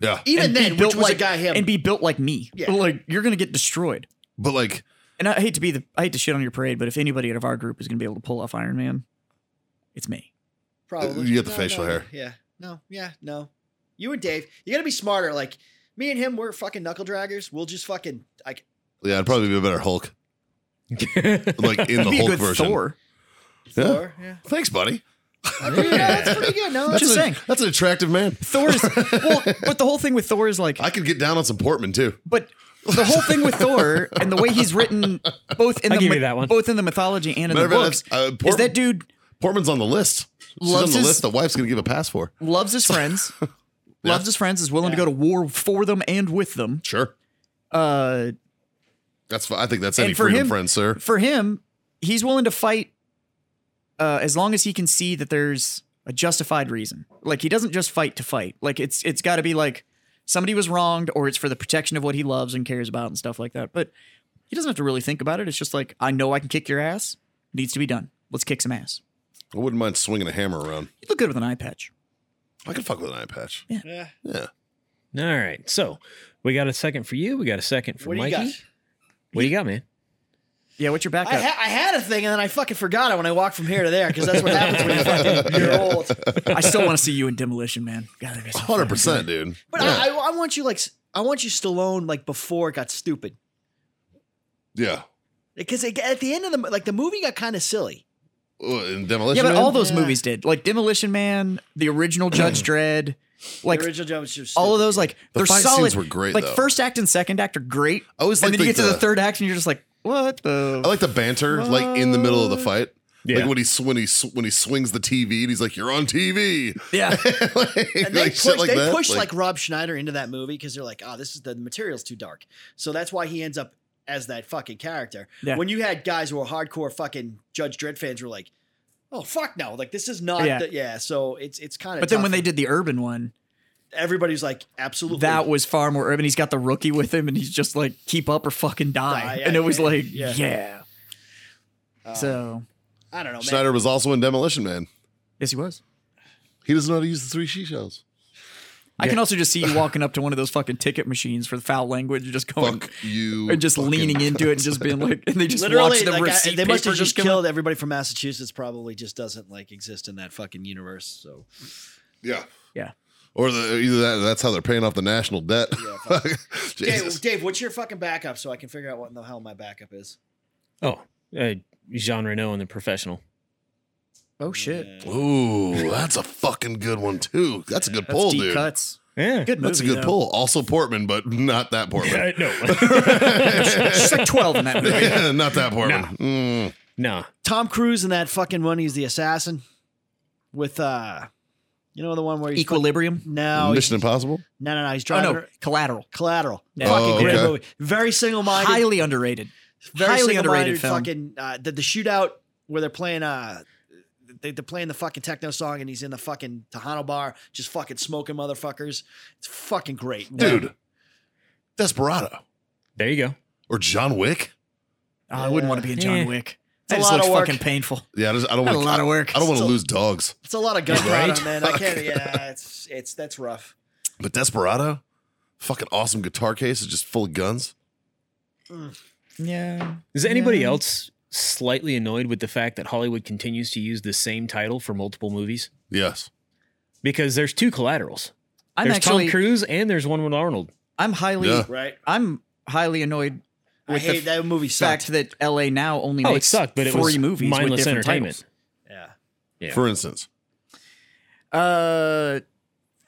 [SPEAKER 1] yeah.
[SPEAKER 5] Even
[SPEAKER 3] and be
[SPEAKER 5] then,
[SPEAKER 3] built
[SPEAKER 5] which was
[SPEAKER 3] like
[SPEAKER 5] a guy him.
[SPEAKER 3] and be built like me.
[SPEAKER 5] Yeah.
[SPEAKER 3] Like you're gonna get destroyed.
[SPEAKER 1] But like,
[SPEAKER 3] And I hate to be the I hate to shit on your parade, but if anybody out of our group is gonna be able to pull off Iron Man, it's me.
[SPEAKER 5] Probably.
[SPEAKER 1] You get the facial hair.
[SPEAKER 5] Yeah. No. Yeah. No. You and Dave, you gotta be smarter. Like me and him, we're fucking knuckle draggers. We'll just fucking like.
[SPEAKER 1] yeah, I'd probably be a better Hulk, like in the
[SPEAKER 3] Be a
[SPEAKER 1] Hulk
[SPEAKER 3] good
[SPEAKER 1] version.
[SPEAKER 3] Thor.
[SPEAKER 1] Yeah.
[SPEAKER 5] Thor, yeah.
[SPEAKER 1] Thanks, buddy.
[SPEAKER 5] I mean, yeah, that's pretty good. No,
[SPEAKER 3] That's
[SPEAKER 5] that's-
[SPEAKER 3] just
[SPEAKER 1] a-
[SPEAKER 3] saying.
[SPEAKER 1] That's an attractive man.
[SPEAKER 3] Thor is well, but the whole thing with Thor is like
[SPEAKER 1] I could get down on some Portman too.
[SPEAKER 3] but the whole thing with Thor and the way he's written both in
[SPEAKER 4] I'll
[SPEAKER 3] the
[SPEAKER 4] give
[SPEAKER 3] myth-
[SPEAKER 4] you that one.
[SPEAKER 3] both in the mythology and in
[SPEAKER 1] Matter
[SPEAKER 3] the
[SPEAKER 1] of
[SPEAKER 3] books
[SPEAKER 1] fact, that's- uh,
[SPEAKER 3] is
[SPEAKER 1] Portman-
[SPEAKER 3] that dude
[SPEAKER 1] Portman's on the list. She's
[SPEAKER 3] Loves
[SPEAKER 1] on the
[SPEAKER 3] his-
[SPEAKER 1] list. The wife's gonna give a pass for.
[SPEAKER 3] loves his friends, loves his friends, is willing to go to war for them and with them.
[SPEAKER 1] Sure.
[SPEAKER 3] Uh,
[SPEAKER 1] That's. fi- I think that's
[SPEAKER 3] And
[SPEAKER 1] any
[SPEAKER 3] for
[SPEAKER 1] freedom
[SPEAKER 3] him-
[SPEAKER 1] friend, sir.
[SPEAKER 3] for him, he's willing to fight uh, as long as he can see that there's a justified reason. Like he doesn't just fight to fight. Like it's it's got to be like somebody was wronged or it's for the protection of what he loves and cares about and stuff like that. But he doesn't have to really think about it. It's just like I know I can kick your ass. needs to be done. Let's kick some ass.
[SPEAKER 1] I wouldn't mind swinging a hammer around.
[SPEAKER 3] You look good with an eye patch.
[SPEAKER 1] I could fuck with an eye patch.
[SPEAKER 5] yeah.
[SPEAKER 1] Yeah.
[SPEAKER 4] All right. So we got a second for you. We got a second for
[SPEAKER 5] What do you
[SPEAKER 4] Mikey.
[SPEAKER 5] got?
[SPEAKER 4] What do you got, man?
[SPEAKER 3] Yeah, what's your backup?
[SPEAKER 5] I, ha- I had a thing and then I fucking forgot it when I walked from here to there because that's what happens when you're fucking year old.
[SPEAKER 3] I still want to see you in Demolition Man. God, that'd be so fun.
[SPEAKER 1] Hundred percent, dude.
[SPEAKER 5] But
[SPEAKER 1] yeah.
[SPEAKER 5] I, I, I want you like s- I want you Stallone like before it got stupid
[SPEAKER 1] yeah.
[SPEAKER 5] because it, at the end of the mo- like the movie got kind of silly.
[SPEAKER 1] Uh, in demolition.
[SPEAKER 3] Yeah, but
[SPEAKER 1] Man?
[SPEAKER 3] all those movies did. Like Demolition Man, the original Judge Dredd, like
[SPEAKER 5] the original jump was just
[SPEAKER 3] all of
[SPEAKER 5] stupid.
[SPEAKER 3] those. Like
[SPEAKER 1] The
[SPEAKER 3] they're
[SPEAKER 1] fight
[SPEAKER 3] solid.
[SPEAKER 1] scenes were great,
[SPEAKER 3] Like
[SPEAKER 1] though.
[SPEAKER 3] first act and second act are great.
[SPEAKER 1] I always
[SPEAKER 3] and
[SPEAKER 1] like
[SPEAKER 3] then you
[SPEAKER 1] the-
[SPEAKER 3] get to the,
[SPEAKER 1] the-
[SPEAKER 3] third act and you're just like, what the?
[SPEAKER 1] I like the banter, like in the middle of the fight.
[SPEAKER 4] Yeah.
[SPEAKER 1] Like when he sw- when he sw- when he swings the TV and he's like, "You're on TV."
[SPEAKER 3] yeah,
[SPEAKER 1] like,
[SPEAKER 5] And they
[SPEAKER 1] like
[SPEAKER 5] pushed
[SPEAKER 1] shit
[SPEAKER 5] they
[SPEAKER 1] that.
[SPEAKER 5] pushed like, Rob Schneider into that movie because they're like, oh, this is the material's too dark. So that's why he ends up as that fucking character.
[SPEAKER 3] Yeah.
[SPEAKER 5] When you had guys who were hardcore fucking Judge Dredd fans were like, oh fuck no, like this is not
[SPEAKER 3] Yeah.
[SPEAKER 5] yeah. The, yeah so it's it's kind of
[SPEAKER 3] but then when they did the urban one,
[SPEAKER 5] everybody's like absolutely
[SPEAKER 3] that was far more urban. He's got the rookie with him, and he's just like, keep up or fucking die.
[SPEAKER 5] Die, yeah,
[SPEAKER 3] and it was
[SPEAKER 5] yeah,
[SPEAKER 3] like, yeah.
[SPEAKER 5] yeah. Uh,
[SPEAKER 3] so
[SPEAKER 5] I don't know, man.
[SPEAKER 1] Schneider was also in Demolition Man.
[SPEAKER 3] yes, he was.
[SPEAKER 1] He doesn't know how to use the three she shells.
[SPEAKER 3] I can also just see you walking up to one of those fucking ticket machines for the foul language and just going
[SPEAKER 1] Fuck you.
[SPEAKER 3] and just
[SPEAKER 1] fucking-
[SPEAKER 3] leaning into it and just being like, and they just watch
[SPEAKER 5] Literally,
[SPEAKER 3] the
[SPEAKER 5] like, I-
[SPEAKER 3] receipt
[SPEAKER 5] they must
[SPEAKER 3] paper
[SPEAKER 5] have just
[SPEAKER 3] come out.
[SPEAKER 5] killed everybody from Massachusetts. Probably just doesn't like exist in that fucking universe. So
[SPEAKER 1] Yeah.
[SPEAKER 3] Yeah.
[SPEAKER 1] Or the, either that, that's how they're paying off the national debt. Jesus.
[SPEAKER 5] Dave, Dave, what's your fucking backup so I can figure out what in the hell my backup is?
[SPEAKER 4] Oh, uh, Jean Reno and the Professional.
[SPEAKER 3] Oh shit.
[SPEAKER 1] Ooh, that's a fucking good one too. That's a good
[SPEAKER 3] That's
[SPEAKER 1] pull,
[SPEAKER 3] deep
[SPEAKER 1] dude.
[SPEAKER 3] cuts.
[SPEAKER 4] Yeah.
[SPEAKER 3] Good movie.
[SPEAKER 1] That's a good
[SPEAKER 3] though.
[SPEAKER 1] pull. Also Portman, but not that Portman.
[SPEAKER 4] no.
[SPEAKER 3] She's like 12 in that movie.
[SPEAKER 1] not that Portman. Mm.
[SPEAKER 4] nah.
[SPEAKER 5] Tom Cruise in that fucking one. He's the assassin with, uh, you know, the one where he's
[SPEAKER 3] Equilibrium.
[SPEAKER 5] no, he's-
[SPEAKER 1] Mission Impossible.
[SPEAKER 5] no, no, no. He's
[SPEAKER 3] Oh
[SPEAKER 5] driving.
[SPEAKER 3] no, Collateral.
[SPEAKER 5] Collateral.
[SPEAKER 3] Yeah.
[SPEAKER 5] Fucking
[SPEAKER 1] Oh,
[SPEAKER 5] great
[SPEAKER 1] okay.
[SPEAKER 5] movie. Very single minded.
[SPEAKER 3] Highly underrated.
[SPEAKER 5] Very
[SPEAKER 3] highly
[SPEAKER 5] single
[SPEAKER 3] underrated
[SPEAKER 5] minded.
[SPEAKER 3] film.
[SPEAKER 5] Fucking uh, the, the shootout where they're playing. uh they, they're playing the fucking techno song and he's in the fucking Tejano bar, just fucking smoking motherfuckers. It's fucking great,
[SPEAKER 1] Dude. Desperado.
[SPEAKER 4] There you go.
[SPEAKER 1] Or John Wick.
[SPEAKER 3] Oh, I wouldn't want to be in John
[SPEAKER 4] Yeah.
[SPEAKER 3] Wick.
[SPEAKER 5] a
[SPEAKER 3] That just
[SPEAKER 5] lot
[SPEAKER 3] looks
[SPEAKER 5] of work.
[SPEAKER 3] fucking painful. Oh.
[SPEAKER 1] Yeah, I, just, I don't
[SPEAKER 3] Had a
[SPEAKER 1] want
[SPEAKER 3] lot of work.
[SPEAKER 1] I don't want to
[SPEAKER 5] So-
[SPEAKER 1] lose dogs.
[SPEAKER 5] It's a lot of gunpowder,
[SPEAKER 1] Right?
[SPEAKER 5] man. I can't. Yeah, it's it's that's rough.
[SPEAKER 1] But Desperado, fucking awesome guitar case is just full of guns.
[SPEAKER 3] Yeah.
[SPEAKER 4] Is anybody else slightly annoyed with the fact that Hollywood continues to use the same title for multiple movies?
[SPEAKER 1] Yes.
[SPEAKER 4] Because there's two collaterals.
[SPEAKER 3] I'm
[SPEAKER 4] there's
[SPEAKER 3] actually
[SPEAKER 4] Tom Cruise and there's one with Arnold.
[SPEAKER 3] I'm highly
[SPEAKER 1] Yeah.
[SPEAKER 5] Right.
[SPEAKER 3] I'm highly annoyed
[SPEAKER 5] I
[SPEAKER 3] with the
[SPEAKER 5] hate
[SPEAKER 3] f-
[SPEAKER 5] that movie
[SPEAKER 3] fact
[SPEAKER 5] sucked.
[SPEAKER 3] that LA now only
[SPEAKER 4] Oh, it
[SPEAKER 3] makes
[SPEAKER 4] sucked, but it
[SPEAKER 3] three
[SPEAKER 4] was
[SPEAKER 3] movies with
[SPEAKER 4] mindless
[SPEAKER 3] different
[SPEAKER 4] entertainment.
[SPEAKER 5] yeah.
[SPEAKER 4] Yeah.
[SPEAKER 1] For instance.
[SPEAKER 3] titles. Uh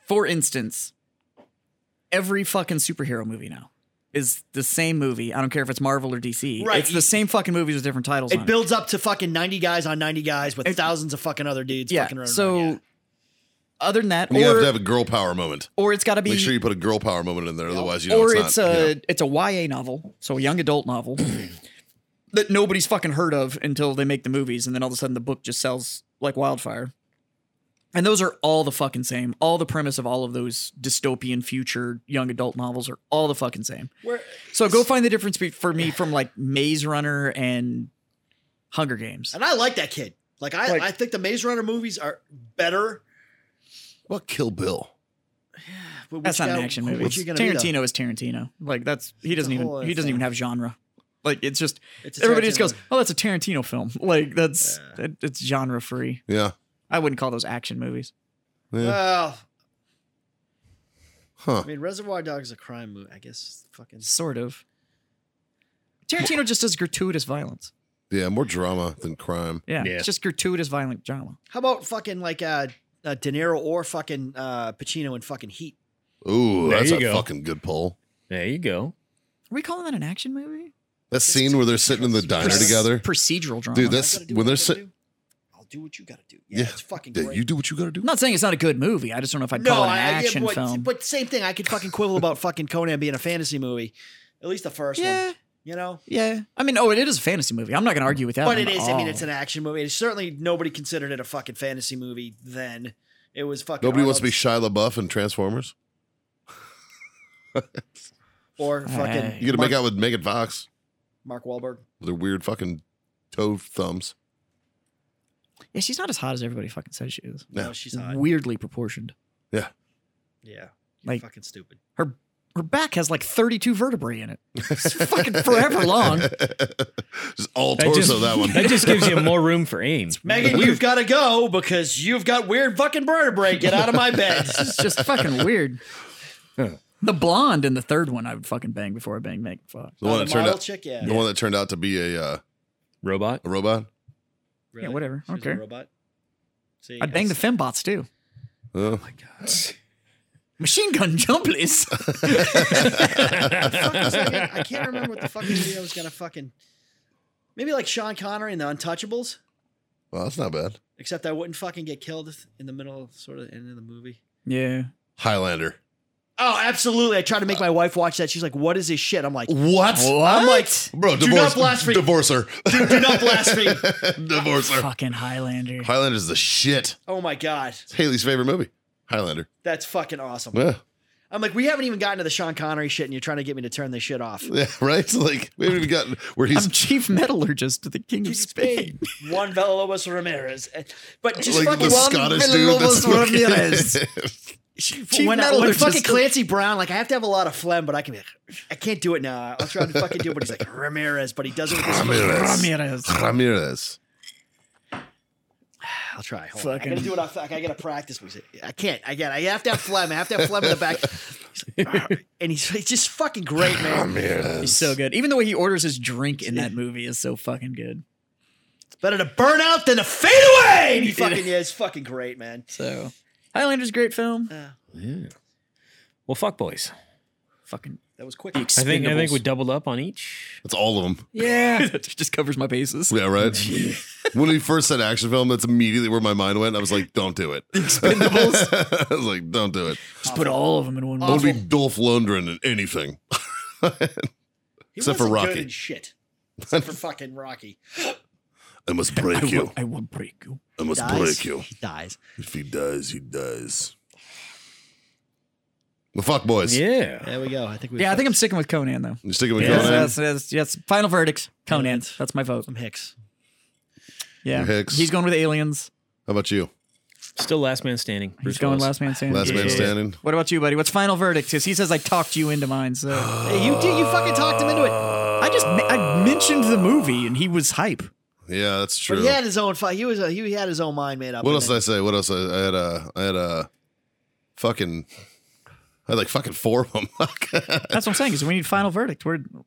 [SPEAKER 3] for instance, every fucking superhero movie now is the same movie. I don't care if it's Marvel or DC.
[SPEAKER 5] Right.
[SPEAKER 3] It's the same fucking movies with different titles. on
[SPEAKER 5] It builds up to fucking 90 guys on 90 guys with
[SPEAKER 3] It-
[SPEAKER 5] thousands of fucking other dudes
[SPEAKER 3] yeah.
[SPEAKER 5] fucking running
[SPEAKER 3] so
[SPEAKER 5] around.
[SPEAKER 3] other than that,
[SPEAKER 1] And you have
[SPEAKER 3] or,
[SPEAKER 1] to have a girl power moment.
[SPEAKER 3] or it's got to be
[SPEAKER 1] Make sure you put a girl power moment in there, otherwise you know
[SPEAKER 3] or
[SPEAKER 1] it's,
[SPEAKER 3] it's, uh,
[SPEAKER 1] not.
[SPEAKER 3] a
[SPEAKER 1] you know.
[SPEAKER 3] it's a YA novel, so a young adult novel that nobody's fucking heard of until they make the movies, and then all of a sudden the book just sells like wildfire. And those are all the fucking same. All the premise of all of those dystopian future young adult novels are all the fucking same.
[SPEAKER 5] Yeah. Where,
[SPEAKER 3] So go find the difference be- for me from like Maze Runner and Hunger Games.
[SPEAKER 5] and I like that kid. Like I,
[SPEAKER 3] Like-
[SPEAKER 5] I think the Maze Runner movies are better.
[SPEAKER 1] What Kill Bill?
[SPEAKER 5] but which
[SPEAKER 3] That's not an
[SPEAKER 5] guy-
[SPEAKER 3] action
[SPEAKER 5] who-
[SPEAKER 3] movie.
[SPEAKER 5] which you gonna be, though?
[SPEAKER 3] Tarantino is Tarantino. Like that's he doesn't
[SPEAKER 5] a
[SPEAKER 3] even
[SPEAKER 5] whole other
[SPEAKER 3] he doesn't
[SPEAKER 5] thing.
[SPEAKER 3] even have genre. Like it's just
[SPEAKER 5] It's a
[SPEAKER 3] everybody just
[SPEAKER 5] Tarantino
[SPEAKER 3] goes,
[SPEAKER 5] movie.
[SPEAKER 3] "Oh, that's a Tarantino film." Like that's
[SPEAKER 5] Yeah.
[SPEAKER 3] that, it's genre free.
[SPEAKER 1] Yeah.
[SPEAKER 3] I wouldn't call those action movies.
[SPEAKER 1] Yeah.
[SPEAKER 3] Uh,
[SPEAKER 5] Well,
[SPEAKER 1] huh.
[SPEAKER 5] I mean, Reservoir Dogs is a crime movie. I guess fucking.
[SPEAKER 3] Sort of. Tarantino just does gratuitous violence.
[SPEAKER 1] Yeah, more drama than crime.
[SPEAKER 3] Yeah,
[SPEAKER 4] Yeah.
[SPEAKER 3] it's just gratuitous violent drama.
[SPEAKER 5] How about fucking like uh, uh De Niro or fucking uh Pacino in fucking Heat?
[SPEAKER 1] Ooh,
[SPEAKER 4] There
[SPEAKER 1] that's
[SPEAKER 4] you
[SPEAKER 1] a
[SPEAKER 4] go.
[SPEAKER 1] fucking good pull.
[SPEAKER 4] There you go.
[SPEAKER 3] Are we calling that an action movie?
[SPEAKER 1] That scene where Uh, they're sitting in the diner
[SPEAKER 3] Proce-
[SPEAKER 1] together.
[SPEAKER 3] Procedural drama.
[SPEAKER 1] Dude,
[SPEAKER 5] I
[SPEAKER 1] that's
[SPEAKER 5] gotta do
[SPEAKER 1] when
[SPEAKER 5] what I
[SPEAKER 1] they're
[SPEAKER 5] gotta
[SPEAKER 1] sitting.
[SPEAKER 5] do. I'll do what you gotta do. Yeah,
[SPEAKER 1] Yeah.
[SPEAKER 5] it's fucking
[SPEAKER 1] Yeah,
[SPEAKER 5] great.
[SPEAKER 1] You do what you got to do.
[SPEAKER 3] I'm not saying it's not a good movie. I just don't know if I'd call it an
[SPEAKER 5] I- I- yeah,
[SPEAKER 3] action
[SPEAKER 5] but,
[SPEAKER 3] film.
[SPEAKER 5] But same thing, I could fucking quibble about fucking Conan being a fantasy movie, at least the first
[SPEAKER 3] yeah,
[SPEAKER 5] one. You know,
[SPEAKER 3] yeah. I mean, oh, it is a fantasy movie. I'm not going to argue with that.
[SPEAKER 5] but
[SPEAKER 3] one
[SPEAKER 5] it
[SPEAKER 3] at
[SPEAKER 5] is. I mean,
[SPEAKER 3] all.
[SPEAKER 5] it's an action movie. And certainly nobody considered it a fucking fantasy movie then. It was fucking.
[SPEAKER 1] Nobody wants to be
[SPEAKER 5] Arnold's
[SPEAKER 1] Shia LaBeouf in Transformers.
[SPEAKER 5] or fucking.
[SPEAKER 3] Hey.
[SPEAKER 1] You got to
[SPEAKER 5] Mark,
[SPEAKER 1] make out with Megan Fox
[SPEAKER 5] Mark Wahlberg.
[SPEAKER 1] with her weird fucking toe thumbs.
[SPEAKER 3] Yeah, she's not as hot as everybody fucking says she is.
[SPEAKER 5] No,
[SPEAKER 1] No.
[SPEAKER 5] she's hot.
[SPEAKER 3] Weirdly proportioned.
[SPEAKER 5] yeah,
[SPEAKER 3] Like-
[SPEAKER 5] fucking stupid.
[SPEAKER 3] Her her back has like 32 vertebrae in it. It's fucking forever long.
[SPEAKER 1] Just all torso
[SPEAKER 4] just,
[SPEAKER 1] that one.
[SPEAKER 4] That just gives you more room for aim.
[SPEAKER 5] Megan, you've got to go because you've got weird fucking vertebrae. Get out of my bed.
[SPEAKER 3] It's just fucking weird. The blonde in the third one, I would fucking bang before I bang Megan Fox.
[SPEAKER 1] The one
[SPEAKER 5] Oh,
[SPEAKER 1] that
[SPEAKER 5] the
[SPEAKER 1] turned
[SPEAKER 5] model
[SPEAKER 1] out
[SPEAKER 5] chick, yeah.
[SPEAKER 1] the one that turned out to be a uh,
[SPEAKER 4] Robot.
[SPEAKER 1] a robot.
[SPEAKER 5] Really?
[SPEAKER 3] whatever.
[SPEAKER 5] She was a
[SPEAKER 3] Okay.
[SPEAKER 5] robot. See,
[SPEAKER 3] I'd bang the fembots too.
[SPEAKER 5] Oh
[SPEAKER 1] Huh?
[SPEAKER 3] Machine gun jumblies.
[SPEAKER 5] I can't remember what the fuck movie I was gonna fucking. Maybe like Sean Connery in The Untouchables,
[SPEAKER 1] Well, that's not bad.
[SPEAKER 5] except I wouldn't fucking get killed in the middle, sort of end of the movie.
[SPEAKER 3] yeah.
[SPEAKER 1] Highlander.
[SPEAKER 5] Oh, absolutely! I tried to make my wife watch that. She's like, "What is this shit?" I'm like,
[SPEAKER 1] What?
[SPEAKER 5] I'm like,
[SPEAKER 1] Bro,
[SPEAKER 5] Do
[SPEAKER 1] divorce,
[SPEAKER 5] not blaspheme.
[SPEAKER 1] divorce her.
[SPEAKER 5] "Do not blaspheme!"
[SPEAKER 1] divorce her.
[SPEAKER 3] Fucking Highlander.
[SPEAKER 1] Highlander's the shit.
[SPEAKER 5] Oh my god,
[SPEAKER 1] It's Haley's favorite movie. Highlander.
[SPEAKER 5] that's fucking awesome.
[SPEAKER 1] Yeah.
[SPEAKER 5] I'm like, we haven't even gotten to the Sean Connery shit, and you're trying to get me to turn this shit off.
[SPEAKER 1] Yeah, right? It's like we haven't even gotten where he's
[SPEAKER 3] I'm chief metallurgist to the king of Spain.
[SPEAKER 5] Juan Villalobos Ramirez, but just
[SPEAKER 1] like
[SPEAKER 5] fucking
[SPEAKER 1] the
[SPEAKER 5] Juan
[SPEAKER 1] Scottish dude.
[SPEAKER 5] Villalobos
[SPEAKER 1] That's
[SPEAKER 5] Ramirez.
[SPEAKER 1] fucking-
[SPEAKER 3] Chief
[SPEAKER 5] when, I, when fucking
[SPEAKER 3] metallurgist.
[SPEAKER 5] Clancy Brown, like I have to have a lot of phlegm, but I can be like, I can't do it now. I'll try to fucking do it, but he's like Ramirez, but he does it with his
[SPEAKER 1] Ramirez.
[SPEAKER 3] Ramirez.
[SPEAKER 1] Ramirez.
[SPEAKER 5] I'll try. Hold on. I gotta
[SPEAKER 3] Fucking-
[SPEAKER 5] do what I, I gotta practice. with it. I can't. I got. I have to have phlegm. I have to have phlegm in the back. He's like, and he's, he's just fucking great, man.
[SPEAKER 1] Ramirez.
[SPEAKER 3] He's so good. Even the way he orders his drink in that movie is so fucking good.
[SPEAKER 5] It's better to burn out than to fade away. And he fucking yeah, it's fucking great, man.
[SPEAKER 3] So Highlander's a great film.
[SPEAKER 4] Well, fuck boys.
[SPEAKER 3] fucking
[SPEAKER 5] That was quick.
[SPEAKER 3] the
[SPEAKER 4] I think I think we
[SPEAKER 3] Expendables.
[SPEAKER 4] doubled up on each.
[SPEAKER 1] That's all of them.
[SPEAKER 3] Yeah. just covers my bases.
[SPEAKER 1] Yeah, right. when he first said action film, that's immediately where my mind went. I was like, don't do it. Expendables. I was like, don't do it.
[SPEAKER 3] Just put all of them in one
[SPEAKER 1] Don't
[SPEAKER 3] movie.
[SPEAKER 1] be Dolph Lundgren in anything.
[SPEAKER 5] He
[SPEAKER 1] Except for
[SPEAKER 5] wasn't
[SPEAKER 1] Rocky.
[SPEAKER 5] Good in shit. Except for fucking Rocky.
[SPEAKER 1] I must break
[SPEAKER 3] I will,
[SPEAKER 1] you.
[SPEAKER 3] I will break you.
[SPEAKER 1] I must
[SPEAKER 5] Dies.
[SPEAKER 1] break you.
[SPEAKER 5] He dies.
[SPEAKER 1] If he dies, he dies. The fuck boys.
[SPEAKER 4] Yeah.
[SPEAKER 5] There we go. I think we.
[SPEAKER 3] Yeah, I think I'm sticking with Conan though.
[SPEAKER 1] You sticking with
[SPEAKER 4] Yeah.
[SPEAKER 3] That's,
[SPEAKER 1] Conan?
[SPEAKER 3] that's, that's, that's- final verdict. Conan. That's my vote.
[SPEAKER 5] I'm Hicks.
[SPEAKER 3] Yeah.
[SPEAKER 1] Hicks.
[SPEAKER 3] He's going with aliens.
[SPEAKER 1] How about you?
[SPEAKER 4] Still last man standing. Bruce
[SPEAKER 3] He's going
[SPEAKER 4] Willis.
[SPEAKER 3] last man standing.
[SPEAKER 1] Last man
[SPEAKER 4] Yeah.
[SPEAKER 1] standing.
[SPEAKER 3] What about you, buddy? What's final verdict? Because he says I talked you into mine. So
[SPEAKER 5] Hey, you did. You fucking talked him into
[SPEAKER 1] Uh,
[SPEAKER 5] it.
[SPEAKER 3] I just I mentioned the movie and he was hype.
[SPEAKER 1] Yeah, that's
[SPEAKER 5] But
[SPEAKER 1] true.
[SPEAKER 5] he had his own. fi- He was. A, he had his own mind made up.
[SPEAKER 1] What
[SPEAKER 5] And
[SPEAKER 1] else did I say? What else? I, I had a, I had a, fucking, I had like fucking four of them.
[SPEAKER 3] That's what I'm saying. Is we need final verdict. We're,
[SPEAKER 5] from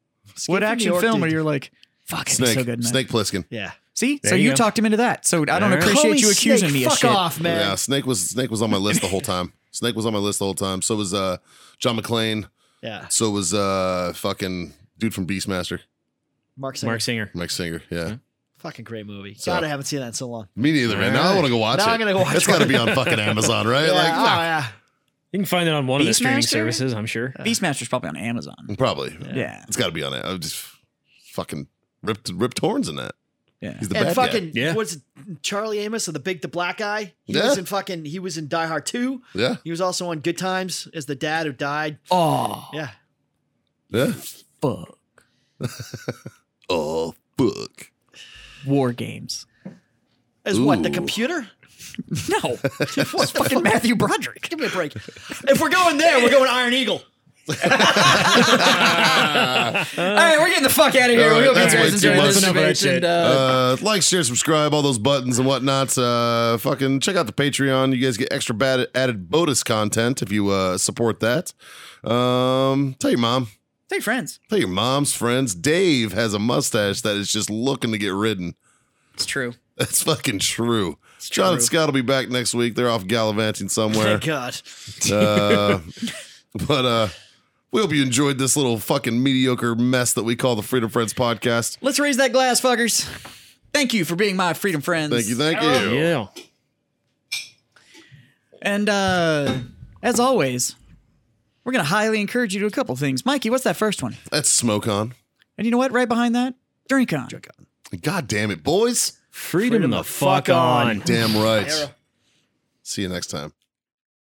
[SPEAKER 3] what
[SPEAKER 5] New
[SPEAKER 3] action
[SPEAKER 5] York,
[SPEAKER 3] film
[SPEAKER 5] dude.
[SPEAKER 3] are you like? Fuck, it's
[SPEAKER 1] Snake,
[SPEAKER 3] so good. in that.
[SPEAKER 1] Snake Plissken.
[SPEAKER 5] then- Yeah.
[SPEAKER 3] See, so
[SPEAKER 4] you
[SPEAKER 3] you
[SPEAKER 4] go.
[SPEAKER 3] talked him into that. So I don't
[SPEAKER 4] There.
[SPEAKER 3] appreciate
[SPEAKER 5] Holy
[SPEAKER 3] you accusing
[SPEAKER 5] snake,
[SPEAKER 3] me of
[SPEAKER 5] fuck
[SPEAKER 3] shit.
[SPEAKER 5] off, man.
[SPEAKER 1] Yeah, Snake was Snake was on my list the whole time. Snake was on my list the whole time. So was uh John McClane.
[SPEAKER 5] Yeah.
[SPEAKER 1] So was uh fucking dude from Beastmaster,
[SPEAKER 5] Mark Singer.
[SPEAKER 4] Mark Singer.
[SPEAKER 1] Mike Singer. Yeah.
[SPEAKER 5] Hmm? Fucking great movie.
[SPEAKER 1] So-
[SPEAKER 5] God, I haven't seen that in so long.
[SPEAKER 1] Me neither, man. Now I want to go watch
[SPEAKER 5] Now
[SPEAKER 1] it.
[SPEAKER 5] I'm gonna go watch
[SPEAKER 1] It's
[SPEAKER 5] one.
[SPEAKER 1] got to be on fucking Amazon, right?
[SPEAKER 5] Yeah,
[SPEAKER 1] like,
[SPEAKER 5] oh,
[SPEAKER 1] fuck.
[SPEAKER 5] yeah.
[SPEAKER 4] You can find it on one of the streaming
[SPEAKER 3] Beastmaster?
[SPEAKER 4] services, I'm sure.
[SPEAKER 3] Beastmaster's probably on Amazon.
[SPEAKER 1] probably.
[SPEAKER 3] Yeah,
[SPEAKER 1] It's got to be on it. I just fucking ripped ripped horns in that.
[SPEAKER 3] yeah.
[SPEAKER 1] He's the
[SPEAKER 5] And
[SPEAKER 1] bad
[SPEAKER 5] fucking
[SPEAKER 4] Yeah.
[SPEAKER 5] was it Charlie Amos or the big the black guy? He
[SPEAKER 1] Yeah.
[SPEAKER 5] was in fucking he was in Die Hard 2.
[SPEAKER 1] guy. Yeah,
[SPEAKER 5] He was also on Good Times as the dad who died.
[SPEAKER 3] Oh
[SPEAKER 5] Yeah.
[SPEAKER 1] yeah.
[SPEAKER 3] fuck,
[SPEAKER 1] Oh fuck.
[SPEAKER 3] war games.
[SPEAKER 5] As what, the
[SPEAKER 1] Ooh.
[SPEAKER 5] computer?
[SPEAKER 3] No, it's fucking Matthew Broderick.
[SPEAKER 5] Give me a break. if we're going there, we're going Iron Eagle.
[SPEAKER 3] all right, we're getting the fuck out of here.
[SPEAKER 1] All right,
[SPEAKER 3] we hope you
[SPEAKER 1] that's way
[SPEAKER 3] guys
[SPEAKER 1] too
[SPEAKER 3] enjoyed
[SPEAKER 1] much.
[SPEAKER 3] this
[SPEAKER 1] Enough
[SPEAKER 4] of that
[SPEAKER 3] debate,
[SPEAKER 4] shit.
[SPEAKER 3] and,
[SPEAKER 1] Uh,
[SPEAKER 3] uh,
[SPEAKER 1] like, share, subscribe, all those buttons and whatnots. Uh, fucking check out the Patreon. You guys get extra bad added bonus content if you uh, support that. Um, tell your mom.
[SPEAKER 3] Hey, friends.
[SPEAKER 1] Tell your mom's friends. Dave has a mustache that is just looking to get ridden.
[SPEAKER 3] It's true.
[SPEAKER 1] That's fucking true. John and Scott will be back next week. They're off gallivanting somewhere.
[SPEAKER 5] Thank God.
[SPEAKER 1] Uh, but uh, we hope you enjoyed this little fucking mediocre mess that we call the Freedom Friends podcast.
[SPEAKER 3] Let's raise that glass, fuckers. Thank you for being my freedom friends.
[SPEAKER 1] Thank you. Thank you.
[SPEAKER 4] Yeah.
[SPEAKER 3] And uh, as always, we're going to highly encourage you to do a couple things. Mikey, what's that first one?
[SPEAKER 1] That's smoke on.
[SPEAKER 3] And you know what? Right behind that, drink on.
[SPEAKER 1] God damn it, boys.
[SPEAKER 4] Freedom, the fuck on.
[SPEAKER 1] Damn right. See you next time.